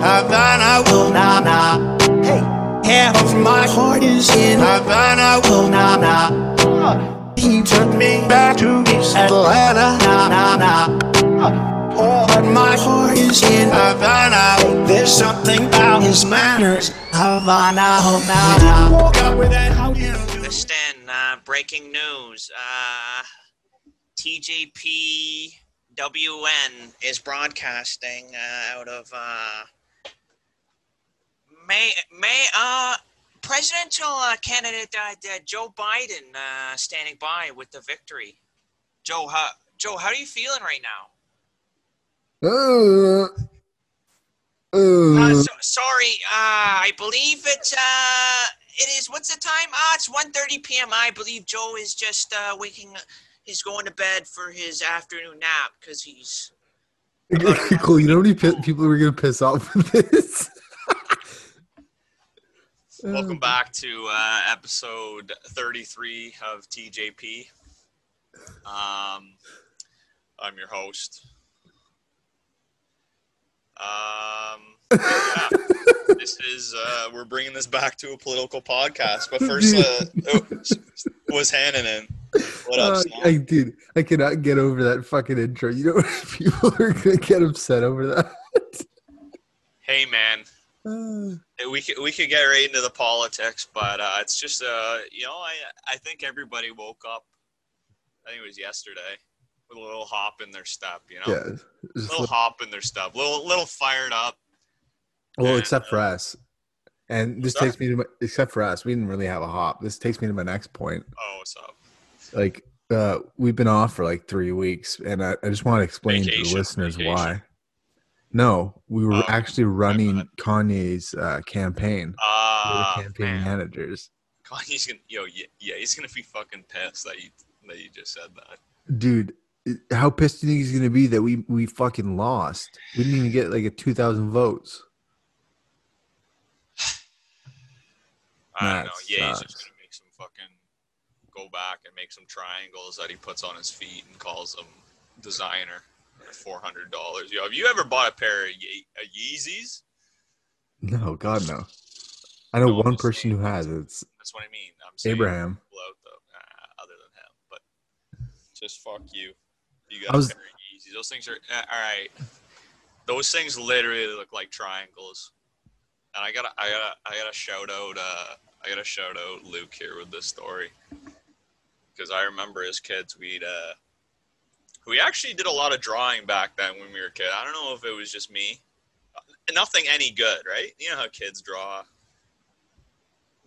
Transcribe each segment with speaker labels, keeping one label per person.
Speaker 1: Havana will na na. Hey, half of my heart is in Havana will oh, na na. He took me back to East Atlanta na na na. Oh, but my heart is in Havana. There's something about his manners. Havana, Havana. Walk up with that. How do you do?
Speaker 2: This then, uh, breaking news. Uh, TJPWN is broadcasting uh, out of uh, May May uh, presidential uh, candidate uh, uh, Joe Biden uh, standing by with the victory. Joe, how, Joe, how are you feeling right now?
Speaker 3: Uh,
Speaker 2: Uh,
Speaker 3: uh,
Speaker 4: Mm.
Speaker 2: so, sorry, uh, I believe it's uh, it is. What's the time? Ah, it's 1.30 p.m. I believe Joe is just uh, waking. He's going to bed for his afternoon nap because he's.
Speaker 3: cool. You know how many pi- people were gonna piss off with this?
Speaker 4: Welcome back to uh, episode 33 of TJP. Um, I'm your host. Um, yeah, this is uh, we're bringing this back to a political podcast, but first uh, oh, was Hannon in. What up?
Speaker 3: Uh,
Speaker 4: Snow?
Speaker 3: I dude, I cannot get over that fucking intro. You know, how many people are gonna get upset over that.
Speaker 4: hey man,
Speaker 3: Uh,
Speaker 4: we could we could get right into the politics, but uh, it's just uh you know I I think everybody woke up. I think it was yesterday with a little hop in their step, you know,
Speaker 3: yeah, just
Speaker 4: little hop in their step, little little fired up.
Speaker 3: Well, except
Speaker 4: uh,
Speaker 3: for us. And this
Speaker 4: What's
Speaker 3: takes me to my, except for us, we didn't really have a hop. This takes me to my next point.
Speaker 4: Oh, what's up?
Speaker 3: Like, uh, we've been off for like three weeks, and I, I just want to explain to
Speaker 4: Vacation,
Speaker 3: the listeners
Speaker 4: vacation.
Speaker 3: why. No, we were
Speaker 4: Oh,
Speaker 3: actually running
Speaker 4: bad.
Speaker 3: Kanye's uh, campaign. We were
Speaker 4: Ah,
Speaker 3: campaign
Speaker 4: man,
Speaker 3: managers,
Speaker 4: God, Uh, he's gonna yo yeah, yeah he's gonna be fucking pissed that you that you just said that.
Speaker 3: dude. i- How pissed do you think he's gonna be that we we fucking lost? We didn't even get like a two thousand votes.
Speaker 4: I don't
Speaker 3: That
Speaker 4: know. Yeah, he's
Speaker 3: sucks.
Speaker 4: just gonna make some fucking go back and make some triangles that he puts on his feet and calls them designer for four hundred dollars. Yo, have you ever bought a pair of Ye- uh, Yeezys?
Speaker 3: No, God no. I know
Speaker 4: No,
Speaker 3: one
Speaker 4: just-
Speaker 3: person who has it. It's
Speaker 4: That's what I mean. I'm saying
Speaker 3: Abraham.
Speaker 4: people out though, uh, other than him, but just fuck you. You
Speaker 3: I
Speaker 4: got
Speaker 3: was-
Speaker 4: a pair of Yeezys. Those things are uh, all right. Those things literally look like triangles. And I gotta, I gotta, I gotta shout out, uh, I gotta shout out Luke here with this story because I remember as kids we'd, uh, we actually did a lot of drawing back then when we were a kid. I don't know if it was just me. Nothing any good, right? You know how kids draw,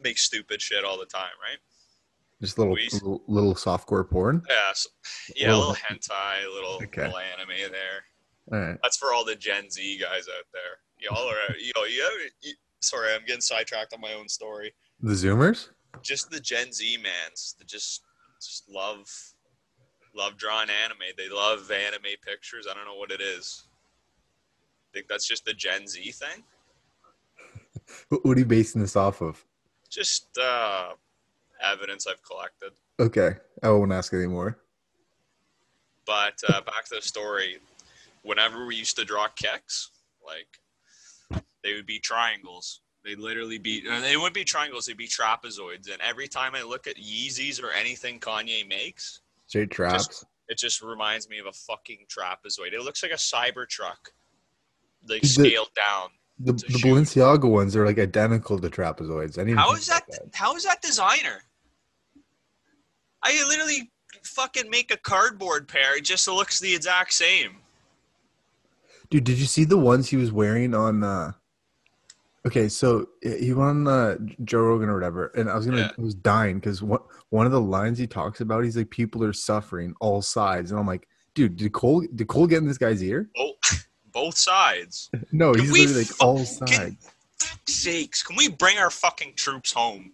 Speaker 4: make stupid shit all the time, right?
Speaker 3: Just little
Speaker 4: We-
Speaker 3: little, little softcore porn.
Speaker 4: Yeah, so, yeah, a
Speaker 3: Little
Speaker 4: little hentai, a little,
Speaker 3: Okay.
Speaker 4: little anime there.
Speaker 3: All right.
Speaker 4: That's for all the Gen Z guys out there. Y'all are, you know, you, have- you, sorry, I'm getting sidetracked on my own story.
Speaker 3: The Zoomers?
Speaker 4: Just the Gen Z mans that just, just love, love drawing anime. They love anime pictures. I don't know what it is. I think that's just the Gen Z thing.
Speaker 3: What, what are you basing this off of?
Speaker 4: Just uh, evidence I've collected.
Speaker 3: Okay. I won't ask anymore.
Speaker 4: But uh, back to the story. Whenever we used to draw kicks, like they would be triangles. They'd literally be. uh, They wouldn't be triangles. They'd be trapezoids. And every time I look at Yeezys or anything Kanye makes,
Speaker 3: Straight traps.
Speaker 4: it just reminds me of a fucking trapezoid. It looks like a cyber truck, like
Speaker 3: The-
Speaker 4: scaled down.
Speaker 3: the
Speaker 4: it's a
Speaker 3: the
Speaker 4: shoe.
Speaker 3: Balenciaga ones are like identical to trapezoids. I didn't
Speaker 4: How
Speaker 3: think
Speaker 4: is that?
Speaker 3: about
Speaker 4: How is that designer? I could literally fucking make a cardboard pair. It just looks the exact same.
Speaker 3: Dude, did you see the ones he was wearing on? uh Okay, so he went on uh, Joe Rogan or whatever, and I was gonna,
Speaker 4: Yeah.
Speaker 3: I was dying because one one of the lines he talks about, he's like, "People are suffering all sides," and I'm like, "Dude, did Cole did Cole get in this guy's ear?"
Speaker 4: Oh, both sides.
Speaker 3: No,
Speaker 4: Can
Speaker 3: he's
Speaker 4: we
Speaker 3: literally like all
Speaker 4: fucking-
Speaker 3: sides.
Speaker 4: Fuck's sakes, can we bring our fucking troops home?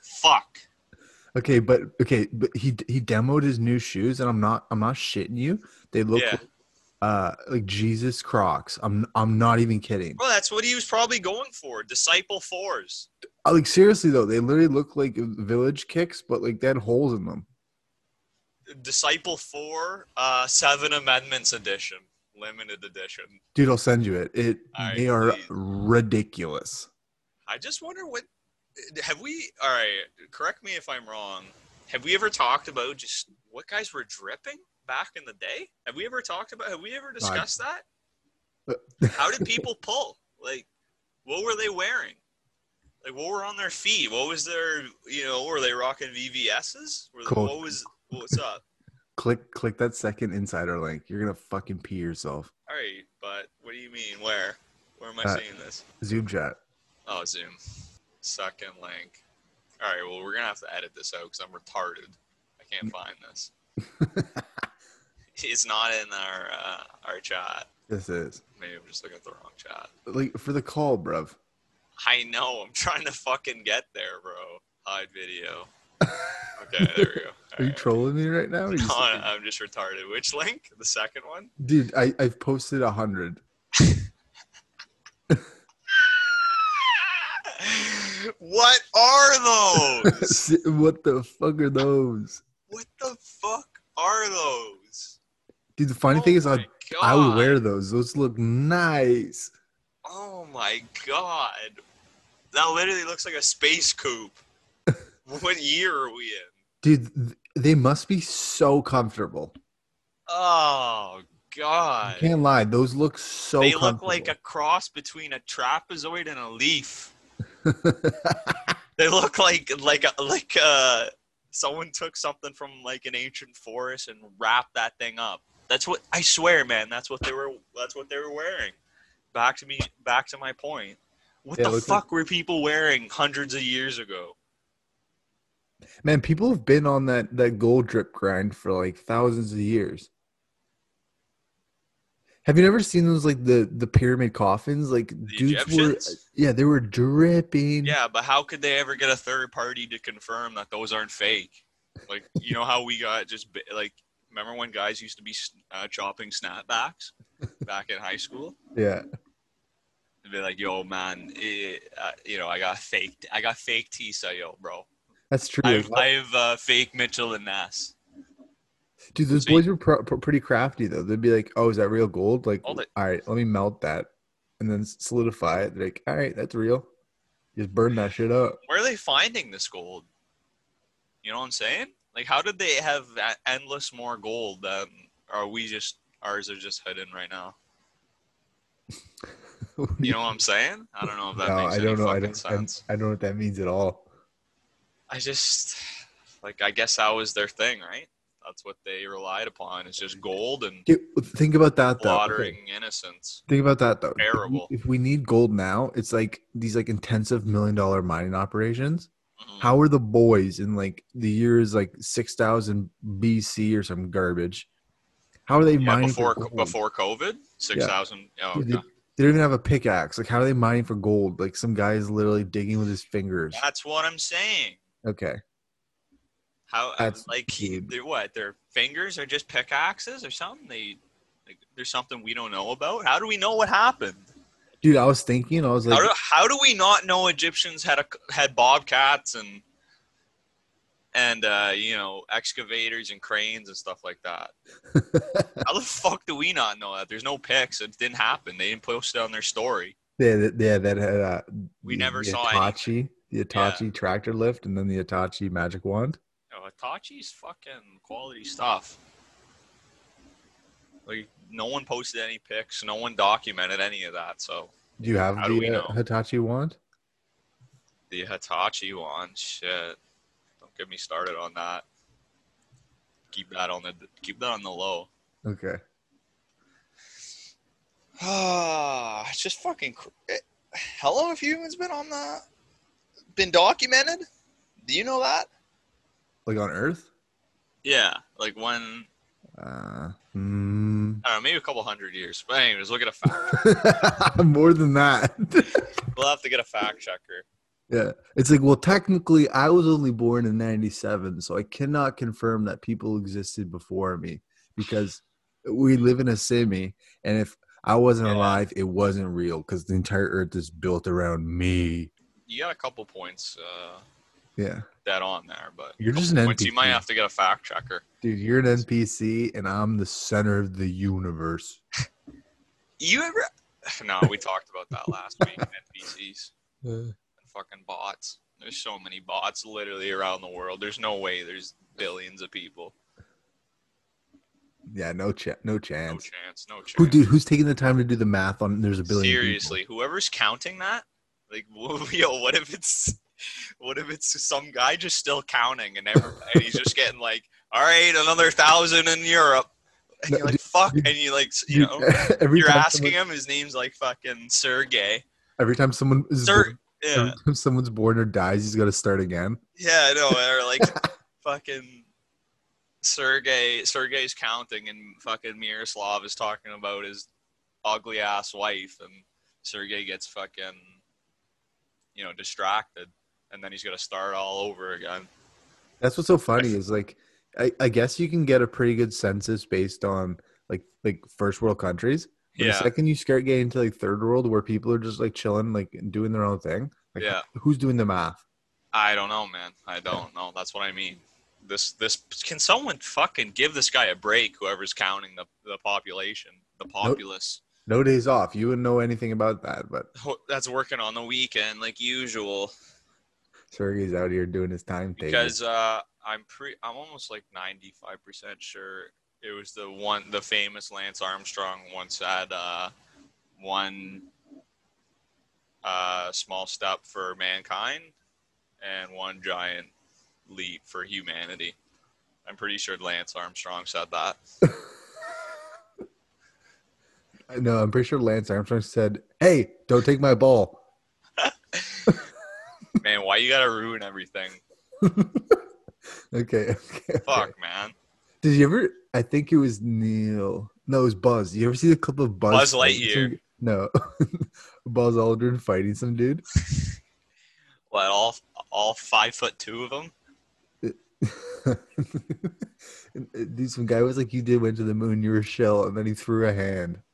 Speaker 4: Fuck.
Speaker 3: Okay, but okay, but he he demoed his new shoes, and I'm not I'm not shitting you. They look
Speaker 4: Yeah.
Speaker 3: like, uh like Jesus Crocs. I'm I'm not even kidding.
Speaker 4: Well, that's what he was probably going for. Disciple fours.
Speaker 3: Uh, Like seriously though, they literally look like village kicks, but like they had holes in them.
Speaker 4: Disciple four, uh, seven amendments edition. limited edition.
Speaker 3: Dude, I'll send you it. It
Speaker 4: Alright,
Speaker 3: they are
Speaker 4: please.
Speaker 3: ridiculous.
Speaker 4: I just wonder what have we? All right, correct me if I'm wrong. Have we ever talked about just what guys were dripping back in the day? Have we ever talked about? Have we ever discussed that? How did people pull? Like, what were they wearing? Like, what were on their feet? What was their? You know, were they rocking VVS's? Were
Speaker 3: Cool.
Speaker 4: What was? What's up?
Speaker 3: Click click that second insider link. You're gonna fucking pee yourself.
Speaker 4: All right, but what do you mean? Where? Where am I
Speaker 3: Uh,
Speaker 4: seeing this?
Speaker 3: Zoom chat.
Speaker 4: Oh, Zoom. Second link. All right, well, we're going to have to edit this out because I'm retarded. I can't
Speaker 3: Mm.
Speaker 4: find this. it's not in our uh, our chat.
Speaker 3: This is
Speaker 4: Maybe I'm just looking at the wrong chat.
Speaker 3: like for the call, bruv.
Speaker 4: I know. I'm trying to fucking get there, bro. Hide video. Okay, there we go.
Speaker 3: Are you
Speaker 4: Alright.
Speaker 3: trolling me right now? Or you
Speaker 4: No,
Speaker 3: just-
Speaker 4: I'm just retarded. Which link? The second one?
Speaker 3: Dude, I, I've posted a hundred.
Speaker 4: what are those?
Speaker 3: what the fuck are those?
Speaker 4: What the fuck are those?
Speaker 3: Dude, the funny thing is
Speaker 4: Oh
Speaker 3: I
Speaker 4: my
Speaker 3: I would
Speaker 4: God.
Speaker 3: wear those. Those look nice.
Speaker 4: Oh my god. That literally looks like a space coupe. what year are we in?
Speaker 3: Dude, th- they must be so comfortable.
Speaker 4: Oh
Speaker 3: I
Speaker 4: god.
Speaker 3: can't lie, those look so
Speaker 4: they look like a cross between a trapezoid and a leaf. They look like like a, like uh someone took something from like an ancient forest and wrapped that thing up. That's what I swear, man. That's what they were. That's what they were wearing. Back to me. Back to my point. What
Speaker 3: Yeah, it
Speaker 4: the
Speaker 3: looks like-
Speaker 4: fuck were people wearing hundreds of years ago?
Speaker 3: Man, people have been on that that gold drip grind for like thousands of years. Have you never seen those like the the pyramid coffins? Like dudes were
Speaker 4: Egyptians?
Speaker 3: yeah, they were dripping.
Speaker 4: Yeah, but how could they ever get a third party to confirm that those aren't fake? Like, you know how we got just bi- like, remember when guys used to be uh, chopping snapbacks back in high school?
Speaker 3: Yeah.
Speaker 4: And be like, "Yo, man, eh, uh, you know, I got fake, I got fake Tisa, yo, bro.
Speaker 3: That's true.
Speaker 4: I've, I've uh, fake Mitchell and Ness.
Speaker 3: Dude, those
Speaker 4: so you-
Speaker 3: boys were pro- pro- pretty crafty though. They'd be like, "Oh, is that real gold?" Like,
Speaker 4: All
Speaker 3: all
Speaker 4: the-
Speaker 3: right, let me melt that, and then s- solidify it. They're like, all right, that's real. Just burn that shit up.
Speaker 4: Where are they finding this gold? You know what I'm saying? Like, how did they have a- endless more gold than are we just ours are just hidden right now? You know what I'm saying? I don't know if that
Speaker 3: no,
Speaker 4: makes
Speaker 3: I
Speaker 4: any
Speaker 3: don't know. I
Speaker 4: fucking
Speaker 3: don't. I,
Speaker 4: sense.
Speaker 3: I don't know what that means at all.
Speaker 4: I just like I guess that was their thing, right? That's what they relied upon. It's just gold and
Speaker 3: Okay, think about that though. Okay,
Speaker 4: slaughtering innocence.
Speaker 3: Think about that though. If we-
Speaker 4: Terrible.
Speaker 3: If we need gold now, it's like these like intensive million dollar mining operations.
Speaker 4: Mhm.
Speaker 3: How are the boys in like the years like six thousand BC or some garbage? How are they
Speaker 4: Yeah,
Speaker 3: mining for
Speaker 4: before
Speaker 3: gold?
Speaker 4: before COVID, six thousand. Oh,
Speaker 3: Dude, they,
Speaker 4: God.
Speaker 3: they don't even have a pickaxe. Like, how are they mining for gold? Like, some guy is literally digging with his fingers.
Speaker 4: that's what I'm saying.
Speaker 3: Okay.
Speaker 4: How
Speaker 3: That's
Speaker 4: like he-
Speaker 3: deep.
Speaker 4: they what? Their fingers are just pickaxes or something? They like there's something we don't know about. How do we know what happened?
Speaker 3: Dude, I was thinking, I was like,
Speaker 4: how, do, how do we not know Egyptians had a, had bobcats and and uh, you know excavators and cranes and stuff like that? how the fuck do we not know that? There's no pics. It didn't happen. They didn't post it on their story.
Speaker 3: yeah, that, yeah, that had, uh,
Speaker 4: We
Speaker 3: the-
Speaker 4: never
Speaker 3: the
Speaker 4: saw
Speaker 3: Itachi, the Itachi tractor lift, and then the Itachi magic wand.
Speaker 4: Oh, Hitachi's fucking quality stuff. Like no one posted any pics. No one documented any of that. So
Speaker 3: Do you have
Speaker 4: How do we
Speaker 3: the
Speaker 4: know?
Speaker 3: uh, Hitachi wand?
Speaker 4: the Hitachi one, shit. Don't get me started on that. Keep that on the keep that on the low.
Speaker 3: Okay.
Speaker 4: Ah, it's just fucking. Cr- eh, How long have humans been on the? Been documented? Do you know that?
Speaker 3: Like on Earth?
Speaker 4: Yeah, like one.
Speaker 3: Uh, mm.
Speaker 4: I don't know, maybe a couple hundred years. But anyways, look at a fact.
Speaker 3: More than that.
Speaker 4: we'll have to get a fact checker.
Speaker 3: yeah. It's like, well, technically, I was only born in 97, so I cannot confirm that people existed before me because we live in a simi. And if I wasn't
Speaker 4: Yeah.
Speaker 3: alive, it wasn't real because the entire earth is built around me.
Speaker 4: You got a couple points uh,
Speaker 3: Yeah.
Speaker 4: that on there, but
Speaker 3: You're just
Speaker 4: couple
Speaker 3: an
Speaker 4: points. You might
Speaker 3: NPC.
Speaker 4: have to get a fact checker.
Speaker 3: Dude, you're an NPC and I'm the center of the universe.
Speaker 4: You ever? No, we talked about that last week. NPCs
Speaker 5: Uh,
Speaker 4: and fucking bots. There's so many bots literally around the world. There's no way there's billions of people.
Speaker 3: Yeah, no, cha- no
Speaker 4: No
Speaker 3: chance.
Speaker 4: chance. No chance.
Speaker 3: Who, dude, who's taking the time to do the math on there's a billion? people?
Speaker 4: Seriously, whoever's counting that, like, whoa, yo, what if it's, what if it's some guy just still counting and never, and he's just getting like, all right, another thousand in Europe, and
Speaker 3: No,
Speaker 4: you're like,
Speaker 3: dude,
Speaker 4: fuck,
Speaker 3: you-
Speaker 4: and you like, s- you know,
Speaker 3: every
Speaker 4: you're
Speaker 3: time
Speaker 4: asking
Speaker 3: someone,
Speaker 4: him, his name's like fucking Sergey.
Speaker 3: Every time someone is
Speaker 4: Sir,
Speaker 3: born,
Speaker 4: yeah,
Speaker 3: every time someone's born or dies, he's got to start again.
Speaker 4: yeah, I know, or like, fucking. Sergey Sergey's counting and fucking Miroslav is talking about his ugly ass wife and Sergey gets fucking you know distracted and then he's gonna start all over again.
Speaker 3: That's what's so funny is like, I, I guess you can get a pretty good census based on like like first world countries. But
Speaker 4: Yeah.
Speaker 3: The second you start getting to like third world, where people are just like chilling, like and doing their own thing. Like,
Speaker 4: Yeah.
Speaker 3: Who's doing the math?
Speaker 4: I don't know, man. I don't know. That's what I mean. This this can someone fucking give this guy a break, whoever's counting the, the population, the populace.
Speaker 3: No days off. You wouldn't know anything about that, but
Speaker 4: Ho- That's working on the weekend like usual.
Speaker 3: Sergey's out here doing his time thing.
Speaker 4: because uh, I'm pre I'm almost like 95 percent sure it was the one the famous Lance Armstrong once had uh, one uh, small step for mankind and one giant leap for humanity. I'm pretty sure Lance Armstrong said that.
Speaker 3: no, I'm pretty sure Lance Armstrong said, "Hey, don't take my ball."
Speaker 4: Man, why you gotta ruin everything?
Speaker 3: Okay. okay, okay.
Speaker 4: Fuck, man.
Speaker 3: Did you ever? I think it was Neil. No, it was Buzz. You ever see the clip of Buzz?
Speaker 4: Buzz
Speaker 3: fighting some-
Speaker 4: Lightyear.
Speaker 3: no, Buzz Aldrin fighting some dude.
Speaker 4: What all all five foot two of them?
Speaker 3: uh, dude, some guy was like, "You did went to the moon. You're a shell," and then he threw a hand.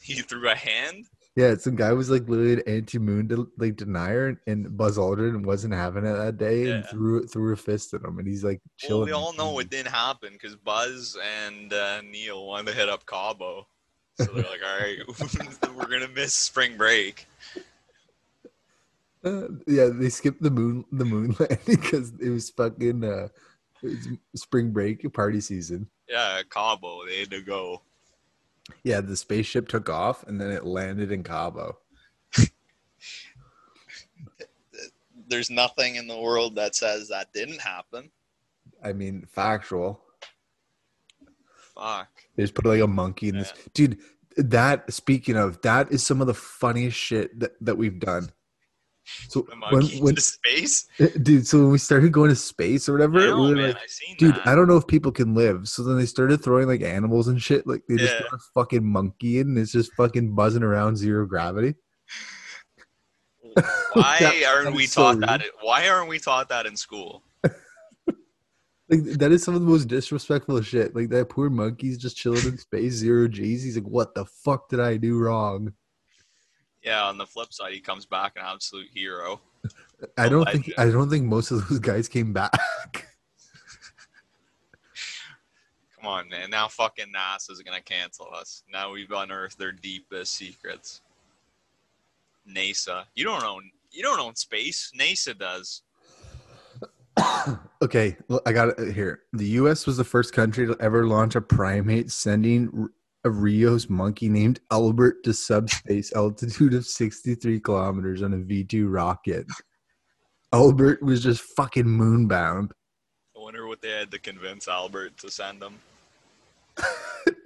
Speaker 4: He threw a hand.
Speaker 3: Yeah, some guy was like literally an anti-moon de- like denier, and Buzz Aldrin wasn't having it that day, and
Speaker 4: Yeah.
Speaker 3: threw threw a fist at him, and he's like
Speaker 4: Well,
Speaker 3: chilling.
Speaker 4: we all know it didn't happen because Buzz and uh, Neil wanted to hit up Cabo. So they're like, all right, we're going to miss spring break.
Speaker 3: Uh, yeah, they skipped the moon the moon landing because it was fucking uh, it was spring break party season.
Speaker 4: Yeah, Cabo, they had to go.
Speaker 3: Yeah, the spaceship took off and then it landed in Cabo.
Speaker 4: There's nothing in the world that says that didn't happen.
Speaker 3: I mean, factual.
Speaker 4: Fuck.
Speaker 3: They just put like a monkey in this dude. That speaking of, that is some of the funniest shit that, that we've done. So
Speaker 4: The
Speaker 3: when,
Speaker 4: monkey
Speaker 3: when eh,
Speaker 4: to space?
Speaker 3: dude, so when we started going to space or whatever,
Speaker 4: I know,
Speaker 3: we were
Speaker 4: man.
Speaker 3: like,
Speaker 4: I seen
Speaker 3: dude,
Speaker 4: that.
Speaker 3: I don't know if people can live. So then they started throwing like animals and shit. Like they just
Speaker 4: Yeah.
Speaker 3: throw a fucking monkey in and it's just fucking buzzing around zero gravity.
Speaker 4: Why
Speaker 3: That
Speaker 4: aren't we
Speaker 3: sounds so
Speaker 4: taught that? Why aren't we taught that in school?
Speaker 3: Like that is some of the most disrespectful shit. Like that poor monkey's just chilling in space, zero G's. He's like, what the fuck did I do wrong?
Speaker 4: Yeah, on the flip side, he comes back an absolute hero.
Speaker 3: I don't
Speaker 4: Elijah.
Speaker 3: think I don't think most of those guys came back.
Speaker 4: Come on, man. Now fucking NASA's gonna cancel us. Now we've unearthed their deepest secrets. NASA. You don't own you don't own space. NASA does.
Speaker 3: okay, well, I got it here. The U.S. was the first country to ever launch a primate, sending r- a Rios monkey named Albert to subspace altitude of 63 kilometers on a V2 rocket. Albert was just fucking moonbound,
Speaker 4: I wonder what they had to convince Albert to send them.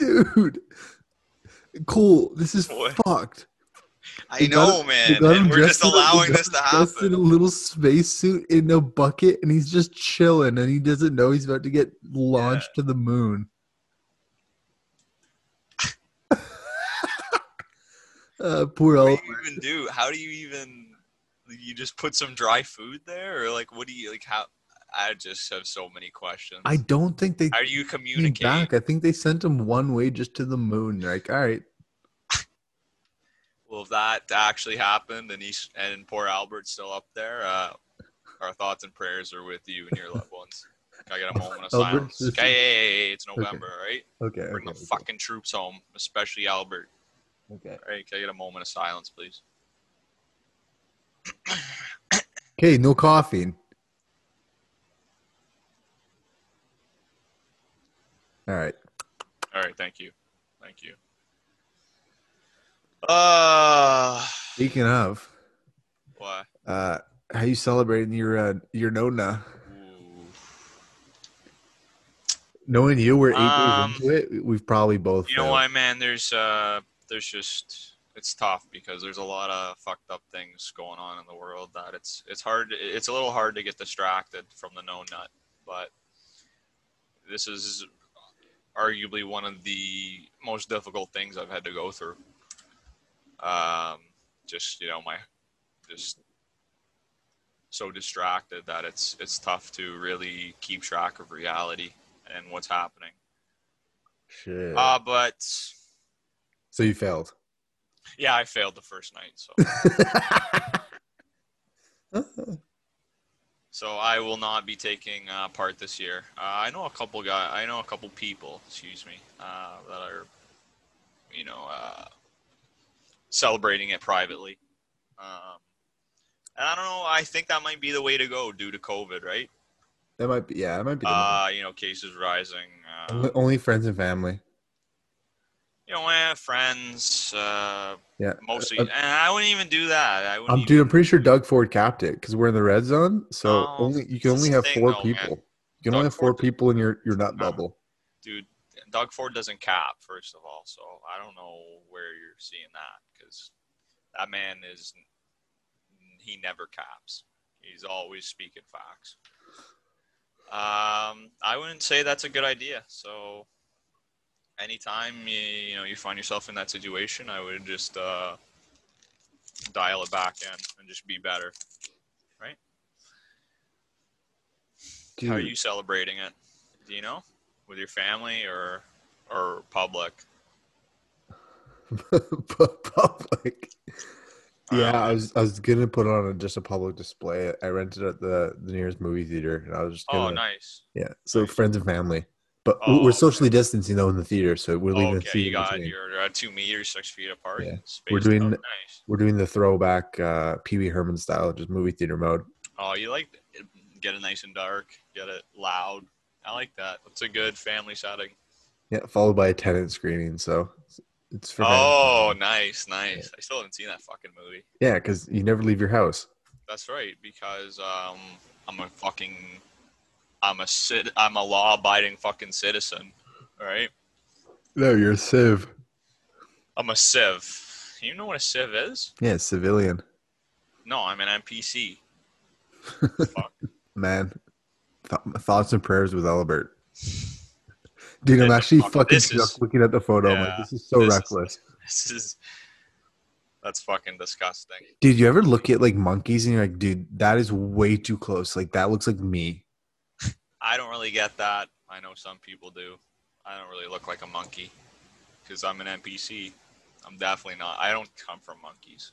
Speaker 3: dude. Cool. This is
Speaker 4: What?
Speaker 3: fucked.
Speaker 4: I
Speaker 3: They got
Speaker 4: know,
Speaker 3: him- they
Speaker 4: man.
Speaker 3: got
Speaker 4: And
Speaker 3: him
Speaker 4: we're just
Speaker 3: dressed in a- they
Speaker 4: allowing
Speaker 3: got
Speaker 4: this to
Speaker 3: him dressed in
Speaker 4: happen.
Speaker 3: a little spacesuit in a bucket, and he's just chilling, and he doesn't know he's about to get launched to the moon. uh, poor
Speaker 4: What
Speaker 3: old.
Speaker 4: do you even do? How do you even you just put some dry food there? Or like what do you like how I just have so many questions.
Speaker 3: I don't think they
Speaker 4: how do you
Speaker 3: came
Speaker 4: communicate?
Speaker 3: back. I think they sent him one way just to the moon. They're like, all right,
Speaker 4: Well, if that actually happened, and he's and poor Albert's still up there, uh, our thoughts and prayers are with you and your loved ones. Can I get a moment of
Speaker 3: Albert,
Speaker 4: silence?
Speaker 3: this
Speaker 4: Okay,
Speaker 3: is-
Speaker 4: hey, hey, hey, it's November, all right?
Speaker 3: okay,
Speaker 4: Bring
Speaker 3: okay,
Speaker 4: the fucking troops home, especially Albert.
Speaker 5: Okay.
Speaker 4: All right, can I get a moment of silence, please?
Speaker 3: Okay, no coughing. All right.
Speaker 4: All right, thank you, thank you. Uh,
Speaker 3: Speaking of,
Speaker 4: why?
Speaker 3: uh, how you celebrating your uh, your Nona?
Speaker 4: Ooh.
Speaker 3: Knowing you, we're eight
Speaker 4: Um,
Speaker 3: days into it. We've probably both.
Speaker 4: You know
Speaker 3: failed.
Speaker 4: why, man? There's uh, there's just it's tough because there's a lot of fucked up things going on in the world that it's it's hard. It's a little hard to get distracted from the no nut, but this is arguably one of the most difficult things I've had to go through. Um, just you know, my just so distracted that it's it's tough to really keep track of reality and what's happening.
Speaker 3: Shit.
Speaker 4: Uh, but
Speaker 3: so you failed.
Speaker 4: Yeah, I failed the first night, so so I will not be taking uh, part this year. Uh, I know a couple guy, I know a couple people, excuse me, uh, that are, you know, uh, celebrating it privately. Um, and I don't know. I think that might be the way to go due to COVID, right?
Speaker 3: that might be. Yeah, that might be. the
Speaker 4: Uh, you know, cases rising. Uh,
Speaker 3: one. Only friends and family.
Speaker 4: you know, eh, friends, uh,
Speaker 3: Yeah.
Speaker 4: mostly.
Speaker 3: Uh,
Speaker 4: And I wouldn't even do that. I wouldn't
Speaker 3: I'm,
Speaker 4: even-
Speaker 3: dude, I'm pretty sure Doug Ford capped it because we're in the red zone. So
Speaker 4: No,
Speaker 3: only you can
Speaker 4: that's
Speaker 3: only
Speaker 4: the
Speaker 3: have
Speaker 4: thing,
Speaker 3: four
Speaker 4: though, man.
Speaker 3: people. You can only
Speaker 4: Doug
Speaker 3: have four
Speaker 4: Ford- Oh,
Speaker 3: people in your your nut bubble.
Speaker 4: dude, Doug Ford doesn't cap, first of all. So I don't know where you're seeing that because that man is, he never caps. He's always speaking facts. Um, I wouldn't say that's a good idea. So anytime you, you know you find yourself in that situation, I would just uh, dial it back in and just be better. How are
Speaker 3: Dude,
Speaker 4: you celebrating it? Do you know? With your family or or public?
Speaker 3: public.
Speaker 4: I don't
Speaker 3: Yeah,
Speaker 4: know.
Speaker 3: I was I was gonna put on a, just a public display. I rented at the the nearest movie theater, and I was just
Speaker 4: Oh,
Speaker 3: gonna,
Speaker 4: nice.
Speaker 3: yeah. So
Speaker 4: nice.
Speaker 3: friends and family, but
Speaker 4: Oh,
Speaker 3: we're
Speaker 4: okay.
Speaker 3: socially distancing though in the theater, so we're leaving the
Speaker 4: Oh, okay,
Speaker 3: theater.
Speaker 4: you got
Speaker 3: between.
Speaker 4: you're uh, two meters, six feet apart.
Speaker 3: Yeah.
Speaker 4: Spaced
Speaker 3: We're doing-
Speaker 4: out nice.
Speaker 3: We're doing the throwback uh, Pee Wee Herman style, just movie theater mode.
Speaker 4: Oh, you like get it nice and dark, get it loud. I like that. It's a good family setting.
Speaker 3: Yeah, followed by a tenant screening. So it's- it's for
Speaker 4: Oh, nice, nice. I still haven't seen that fucking movie.
Speaker 3: yeah, because you never leave your house.
Speaker 4: That's right, because um, I'm a fucking, I'm a cit, I'm a law-abiding fucking citizen, right?
Speaker 3: No, you're a civ.
Speaker 4: I'm a civ. You know what a civ is?
Speaker 3: Yeah, civilian
Speaker 4: No, I'm an NPC.
Speaker 3: man. Th- thoughts and prayers with Albert. Dude, I'm
Speaker 4: This-
Speaker 3: actually fucking
Speaker 4: this is-
Speaker 3: stuck looking at the photo. I'm like,
Speaker 4: Yeah,
Speaker 3: this is so
Speaker 4: this is-
Speaker 3: reckless.
Speaker 4: This is, that's fucking disgusting.
Speaker 3: Dude, you ever look at like monkeys and you're like, dude, that is way too close. Like that looks like me.
Speaker 4: I don't really get that. I know some people do. I don't really look like a monkey because I'm an NPC. I'm definitely not. I don't come from monkeys.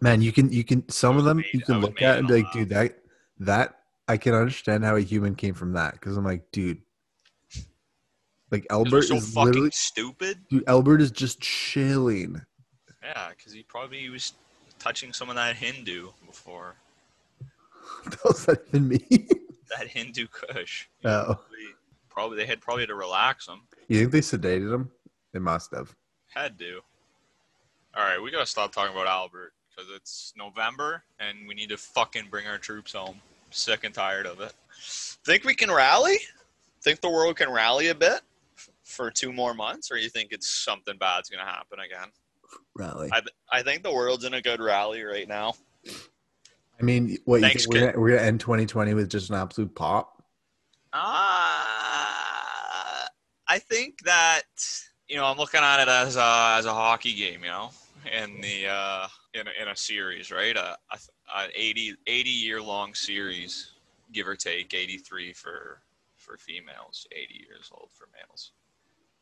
Speaker 3: Man, you can you can some of
Speaker 4: was
Speaker 3: them
Speaker 4: made-
Speaker 3: you
Speaker 4: I
Speaker 3: can
Speaker 4: was
Speaker 3: look
Speaker 4: made
Speaker 3: at and be
Speaker 4: in
Speaker 3: like, dude, that that I can understand how a human came from that. Cause I'm like, dude. Like
Speaker 4: 'Cause we're
Speaker 3: Albert
Speaker 4: so
Speaker 3: is
Speaker 4: fucking
Speaker 3: literally
Speaker 4: stupid.
Speaker 3: dude, Albert is just chilling.
Speaker 4: Yeah, because he probably was touching some of that Hindu before.
Speaker 3: Does that even me?
Speaker 4: That Hindu Kush.
Speaker 3: oh.
Speaker 4: Probably, probably they had probably to relax him.
Speaker 3: You think they sedated him? They must have.
Speaker 4: Had to. All right, we gotta stop talking about Albert because it's November and we need to fucking bring our troops home. Sick and tired of it. Think we can rally? Think the world can rally a bit f- for two more months, or you think it's something bad's gonna happen again?
Speaker 3: Really?
Speaker 4: I, th- I think the world's in a good rally right now.
Speaker 3: I mean, what you
Speaker 4: Thanks,
Speaker 3: think we're, gonna, we're gonna end 2020 with just an absolute pop?
Speaker 4: Uh, I think that you know I'm looking at it as a, as a hockey game, you know, in the uh, in a, in a series, right? Uh, A, a, a 80 80 year long series, give or take, 83 for for females, 80 years old for males.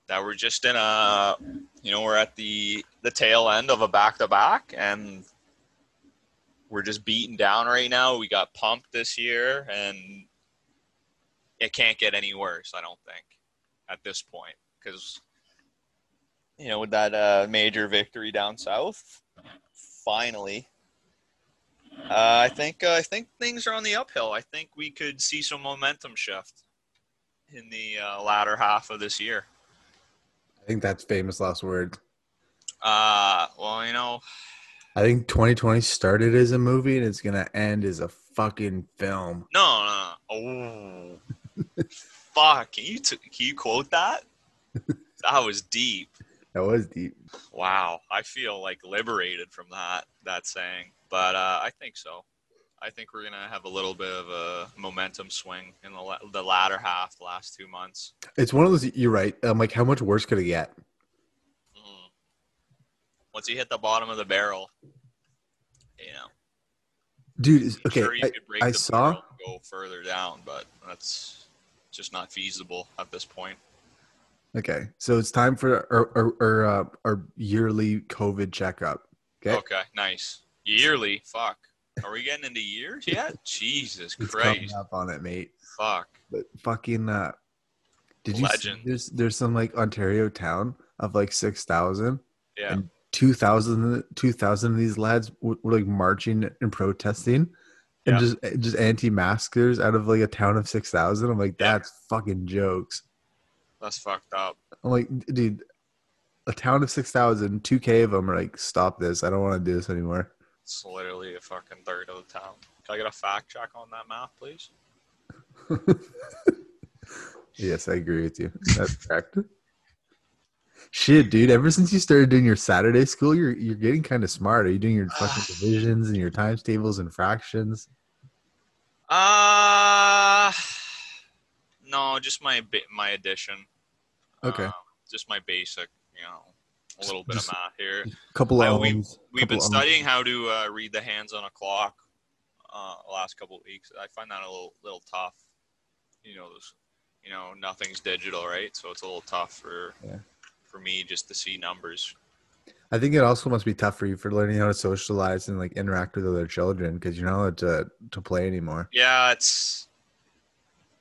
Speaker 4: That we're just in a, you know, we're at the the tail end of a back to back, and we're just beaten down right now. We got pumped this year, and it can't get any worse, I don't think, at this point, because
Speaker 5: you know, with that uh, major victory down south. Finally, uh, I think uh, I think things are on the uphill. I think we could see some momentum shift in the uh, latter half of this year.
Speaker 3: I think that's famous last word.
Speaker 4: Uh, well, you know,
Speaker 3: I think 2020 started as a movie and it's gonna end as a fucking film.
Speaker 4: no, no, no. Oh, fuck! Can you t- can you quote that? That was deep.
Speaker 3: That was deep.
Speaker 4: Wow, I feel like liberated from that that saying. But uh, I think so. I think we're gonna have a little bit of a momentum swing in the la- the latter half, the last two months.
Speaker 3: It's one of those. You're right. I'm like, how much worse could it get?
Speaker 4: Mm. Once you hit the bottom of the barrel, you know.
Speaker 3: Dude, is- okay.
Speaker 4: sure, you
Speaker 3: I-
Speaker 4: could break the
Speaker 3: saw-
Speaker 4: barrel and go further down, but that's just not feasible at this point.
Speaker 3: okay. So it's time for our our, our, uh, our yearly COVID checkup. Okay.
Speaker 4: Okay, nice. Yearly, fuck. Are we getting into years yet? Jesus
Speaker 3: It's coming
Speaker 4: Christ,
Speaker 3: up on it, mate.
Speaker 4: fuck.
Speaker 3: But fucking uh did you see
Speaker 4: Legend.
Speaker 3: there's there's some like Ontario town of like 6,000
Speaker 4: Yeah.
Speaker 3: And 2000, 2000 of these lads were, were like marching and protesting and
Speaker 4: Yeah.
Speaker 3: just just anti-maskers out of like a town of 6,000. I'm like
Speaker 4: Yeah.
Speaker 3: that's fucking jokes.
Speaker 4: That's fucked up.
Speaker 3: I'm like dude a town of 6,000, 2k of them are like stop this. I don't want to do this anymore.
Speaker 4: It's literally a fucking third of the town. Can I get a fact check on that math, please?
Speaker 3: Yes, I agree with you. That's correct. Shit, dude! Ever since you started doing your Saturday school, you're you're getting kind of smart. Are you doing your fucking divisions and your times tables and fractions?
Speaker 4: Uh no, just my ba- my addition.
Speaker 3: Okay,
Speaker 4: Um, just my basic, you know, a little bit
Speaker 3: Just-
Speaker 4: of math here.
Speaker 3: couple
Speaker 4: I-
Speaker 3: of
Speaker 4: we-
Speaker 3: ohms,
Speaker 4: We've been
Speaker 3: couple ohms.
Speaker 4: studying how to uh, read the hands on a clock uh, the last couple of weeks. I find that a little little tough. You know, those, you know, nothing's digital, right? So it's a little tough for
Speaker 3: Yeah.
Speaker 4: for me just to see numbers.
Speaker 3: I think it also must be tough for you for learning how to socialize and like interact with other children because you're not allowed to to play anymore.
Speaker 4: Yeah, it's.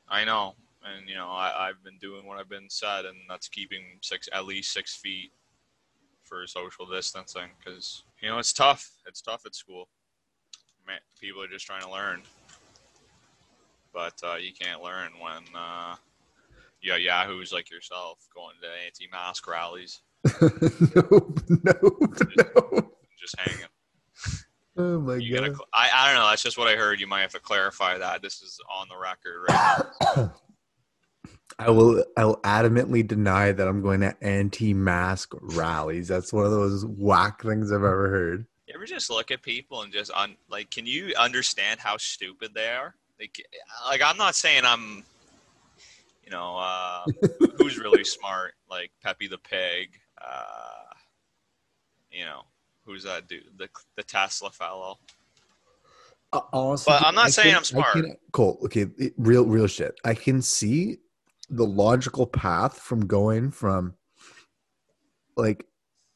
Speaker 4: I know, and you know, I, I've been doing what I've been said, and that's keeping six at least six feet for social distancing, because you know it's tough. It's tough at school. Man, people are just trying to learn, but uh, you can't learn when uh, yeah, yahoos like yourself going to anti-mask rallies,
Speaker 3: nope, nope, nope.
Speaker 4: and just hanging.
Speaker 3: Oh my
Speaker 4: You gotta.
Speaker 3: god!
Speaker 4: Cl- I, I don't know. That's just what I heard. You might have to clarify that. This is on the record right now.
Speaker 3: I will I will adamantly deny that I'm going to anti-mask rallies. That's one of those whack things I've ever heard.
Speaker 4: You ever just look at people and just un- like, can you understand how stupid they are? Like, like I'm not saying I'm, you know, uh, who- who's really smart, like Peppy the Pig, uh, you know, who's that dude, the the Tesla fellow?
Speaker 3: Uh, honestly,
Speaker 4: But I'm not
Speaker 3: I
Speaker 4: saying
Speaker 3: can-
Speaker 4: I'm smart.
Speaker 3: I can, Cole, okay, it- real real shit. I can see the logical path from going from like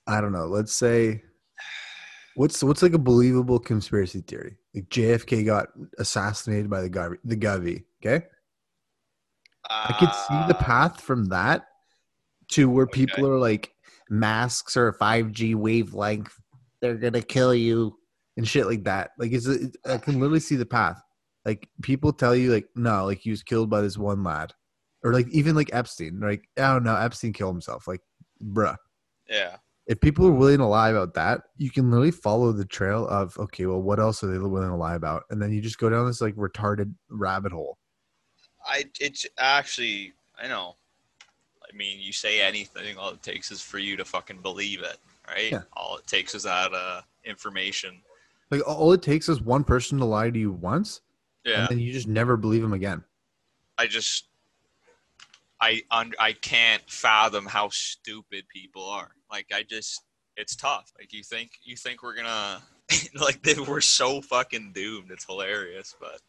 Speaker 3: I don't know, let's say what's what's like a believable conspiracy theory? Like JFK got assassinated by the Gavi, the Gavi, okay?
Speaker 4: Uh,
Speaker 3: I could see the path from that to where
Speaker 4: okay.
Speaker 3: people are like masks are 5G wavelength. They're gonna kill you and shit like that. Like it's, it, I can literally see the path. Like people tell you like no, like he was killed by this one lad, or like even like Epstein. Like oh no, Epstein killed himself. Like bruh,
Speaker 4: Yeah,
Speaker 3: if people are willing to lie about that, you can literally follow the trail of okay, well what else are they willing to lie about, and then you just go down this like retarded rabbit hole.
Speaker 4: I it's actually I know. I mean, you say anything, all it takes is for you to fucking believe it, right?
Speaker 3: Yeah.
Speaker 4: All it takes is that uh, information.
Speaker 3: Like all it takes is one person to lie to you once,
Speaker 4: Yeah.
Speaker 3: and then you just never believe him again.
Speaker 4: I just I un- I can't fathom how stupid people are. Like I just it's tough. Like you think you think we're gonna like that we're so fucking doomed. It's hilarious, but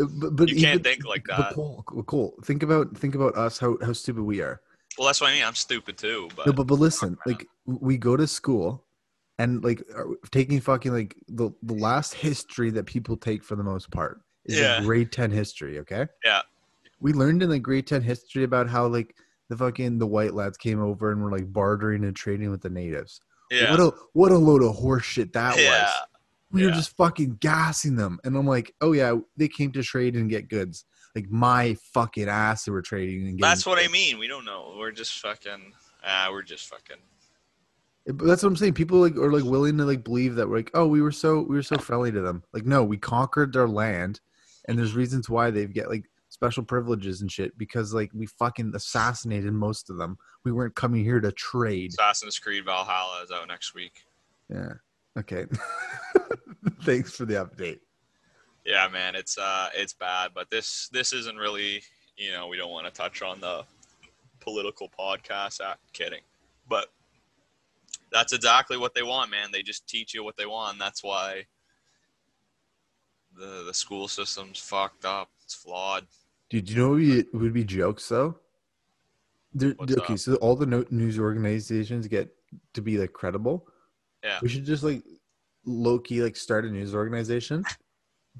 Speaker 3: Uh, But, but
Speaker 4: you can't
Speaker 3: even-
Speaker 4: think like
Speaker 3: but
Speaker 4: that.
Speaker 3: Cool, cool, cool. Think about think about us. How how stupid we are.
Speaker 4: Well, that's what I mean. I'm stupid too, but,
Speaker 3: No, but but listen,
Speaker 4: fuck, man.
Speaker 3: like we go to school, and like are taking fucking like the the last history that people take for the most part is like,
Speaker 4: Yeah.
Speaker 3: grade ten history. Okay.
Speaker 4: Yeah.
Speaker 3: We learned in the grade ten history about how like the fucking the white lads came over and were like bartering and trading with the natives.
Speaker 4: Yeah.
Speaker 3: What a what a load of horse shit that
Speaker 4: yeah.
Speaker 3: was. We were
Speaker 4: yeah.
Speaker 3: just fucking gassing them. And I'm like, oh yeah, they came to trade and get goods. Like my fucking ass they were trading and getting
Speaker 4: That's what I
Speaker 3: goods.
Speaker 4: mean. We don't know. We're just fucking. Ah, we're just fucking.
Speaker 3: But that's what I'm saying. People like are like willing to like believe that we're like, oh, we were so we were so friendly to them. Like, no, we conquered their land, and there's reasons why they've got like special privileges and shit because like we fucking assassinated most of them. We weren't coming here to trade.
Speaker 4: Assassin's Creed Valhalla is out next week.
Speaker 3: Yeah. Okay. Thanks for the update.
Speaker 4: Yeah, man, it's uh, it's bad, but this this isn't really. You know, we don't want to touch on the political podcast. Ah, kidding, but that's exactly what they want, man. They just teach you what they want. That's why the the school system's fucked up. It's flawed.
Speaker 3: Dude, you know what would be, would be jokes though? There,
Speaker 4: What's
Speaker 3: okay,
Speaker 4: up?
Speaker 3: so all the no- news organizations get to be like credible.
Speaker 4: Yeah.
Speaker 3: we should just like low key like start a news organization,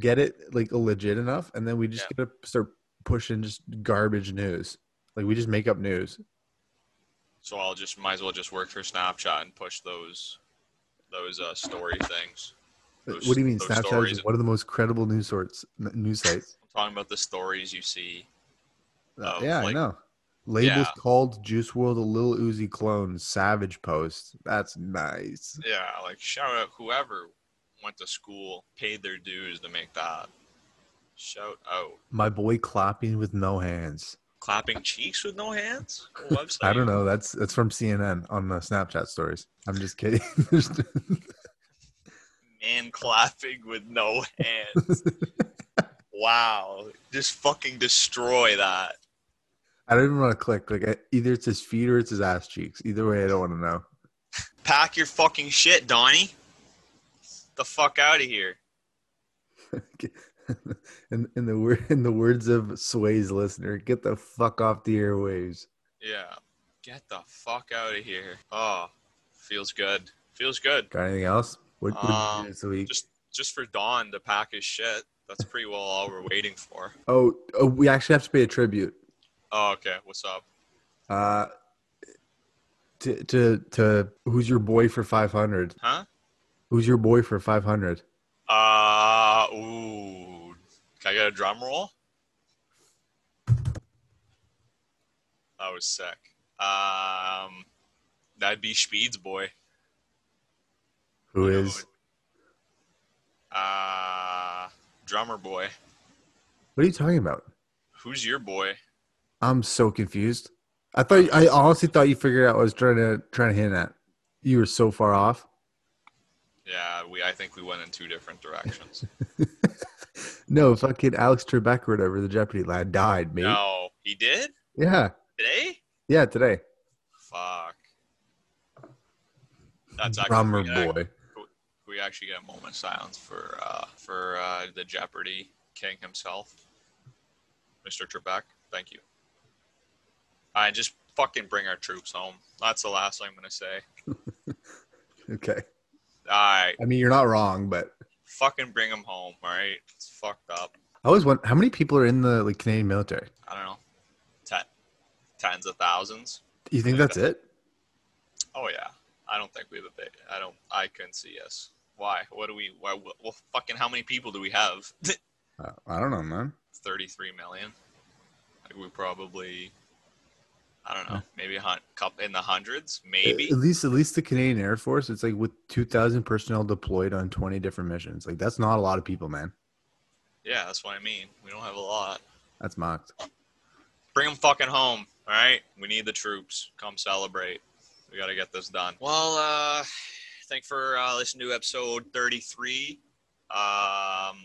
Speaker 3: get it like legit enough, and then we just get to start pushing just garbage news. Like we just make up news.
Speaker 4: So I'll just might as well just work for Snapchat and push those those uh, story things. Those-
Speaker 3: what do you mean?
Speaker 4: those
Speaker 3: Snapchat is
Speaker 4: stories-
Speaker 3: just one of the most credible news sorts n- news sites.
Speaker 4: I'm talking about the stories you see. Oh,
Speaker 3: yeah, I
Speaker 4: like-
Speaker 3: know. Labels
Speaker 4: Yeah.
Speaker 3: called Juice World a little Uzi clone, Savage Post. That's nice.
Speaker 4: Yeah, like shout out whoever went to school, paid their dues to make that. Shout out.
Speaker 3: My boy clapping with no hands.
Speaker 4: Clapping cheeks with no hands? What Website.
Speaker 3: I don't know. That's that's from CNN on the Snapchat stories. I'm just kidding.
Speaker 4: Man clapping with no hands. wow. Just fucking destroy that.
Speaker 3: I don't even want to click. Like I- either it's his feet or it's his ass cheeks. Either way, I don't want to know.
Speaker 4: Pack your fucking shit, Donnie. The fuck out of here.
Speaker 3: in in the word in the words of Sway's listener, get the fuck off the airwaves.
Speaker 4: Yeah. Get the fuck out of here. Oh, feels good. Feels good.
Speaker 3: Got anything else? What, what did you
Speaker 4: Um,
Speaker 3: do this week?
Speaker 4: Just just for Don to pack his shit. That's pretty well all we're waiting for.
Speaker 3: Oh, oh, we actually have to pay a tribute
Speaker 4: Oh, okay. What's up?
Speaker 3: uh, to to to who's your boy for five hundred?
Speaker 4: Huh?
Speaker 3: Who's your boy for five hundred?
Speaker 4: Uh, ooh. Can I get a drum roll? That was sick. Um, that'd be Speed's boy.
Speaker 3: Who is?
Speaker 4: Uh, drummer boy.
Speaker 3: What are you talking about?
Speaker 4: Who's your boy?
Speaker 3: I'm so confused. I
Speaker 4: Oh.
Speaker 3: thought I honestly thought you figured out what I was trying to trying to hint at. You were so far off.
Speaker 4: Yeah, we. I think we went in two different directions.
Speaker 3: No, fucking Alex Trebek or whatever, the Jeopardy lad died, mate.
Speaker 4: no, he did
Speaker 3: Yeah.
Speaker 4: today.
Speaker 3: Yeah, today.
Speaker 4: Fuck. That's actually,
Speaker 3: Drummer
Speaker 4: we act-
Speaker 3: boy.
Speaker 4: we actually get a moment of silence for uh, for uh, the Jeopardy king himself, Mr. Trebek. Thank you. I just fucking bring our troops home. That's the last thing I'm gonna say.
Speaker 3: Okay.
Speaker 4: All right,
Speaker 3: I mean you're not wrong, but
Speaker 4: fucking bring them home. All right, it's fucked up.
Speaker 3: I always wonder how many people are in the like Canadian military?
Speaker 4: I don't know, ten, tens of thousands.
Speaker 3: Do you think that's it?
Speaker 4: Oh yeah, I don't think we have a big. I don't. I couldn't see us. Why? What do we? Why? Well, fucking, how many people do we have?
Speaker 3: Uh, I don't know, man.
Speaker 4: 33 million. Like we probably, I don't know, maybe a hun- cup in the hundreds, maybe.
Speaker 3: At least at least the Canadian Air Force, it's like with two thousand personnel deployed on twenty different missions. Like that's not a lot of people, man.
Speaker 4: Yeah, that's what I mean. We don't have a lot.
Speaker 3: That's mocked.
Speaker 4: Bring them fucking home, all right? We need the troops. Come celebrate. We got to get this done. Well, uh, thank for uh, listening to episode 33. Um,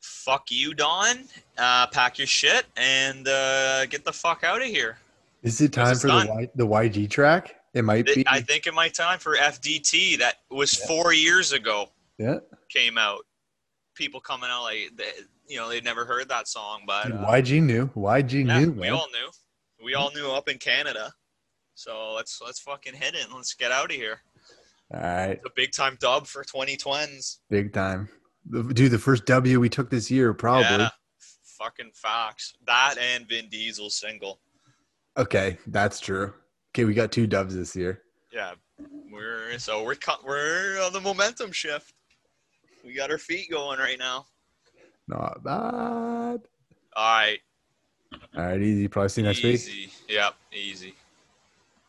Speaker 4: fuck you, Don. Uh, pack your shit and uh, get the fuck out of here.
Speaker 3: Is it time
Speaker 4: is
Speaker 3: for
Speaker 4: done.
Speaker 3: the y, the YG track? It might
Speaker 4: Th-
Speaker 3: be.
Speaker 4: I think it might time for FDT. That was four years ago.
Speaker 3: yeah.
Speaker 4: came out, people coming out like they, you know they'd never heard that song, but
Speaker 3: Dude,
Speaker 4: uh,
Speaker 3: YG knew. YG
Speaker 4: yeah,
Speaker 3: knew,
Speaker 4: we
Speaker 3: man.
Speaker 4: all knew, we all knew up in Canada. So let's let's fucking hit it. and Let's get out of here.
Speaker 3: all right.
Speaker 4: It's a big time dub for 2020s.
Speaker 3: Big time. The- Dude, the first W we took this year, probably.
Speaker 4: Yeah, fucking Fox. That and Vin Diesel's single.
Speaker 3: Okay, that's true. Okay, we got two dubs this year.
Speaker 4: Yeah, we're so we're cut. We're on the momentum shift. We got our feet going right now.
Speaker 3: Not bad.
Speaker 4: All right,
Speaker 3: All right, easy. Probably see you next week.
Speaker 6: easy. Yep, easy.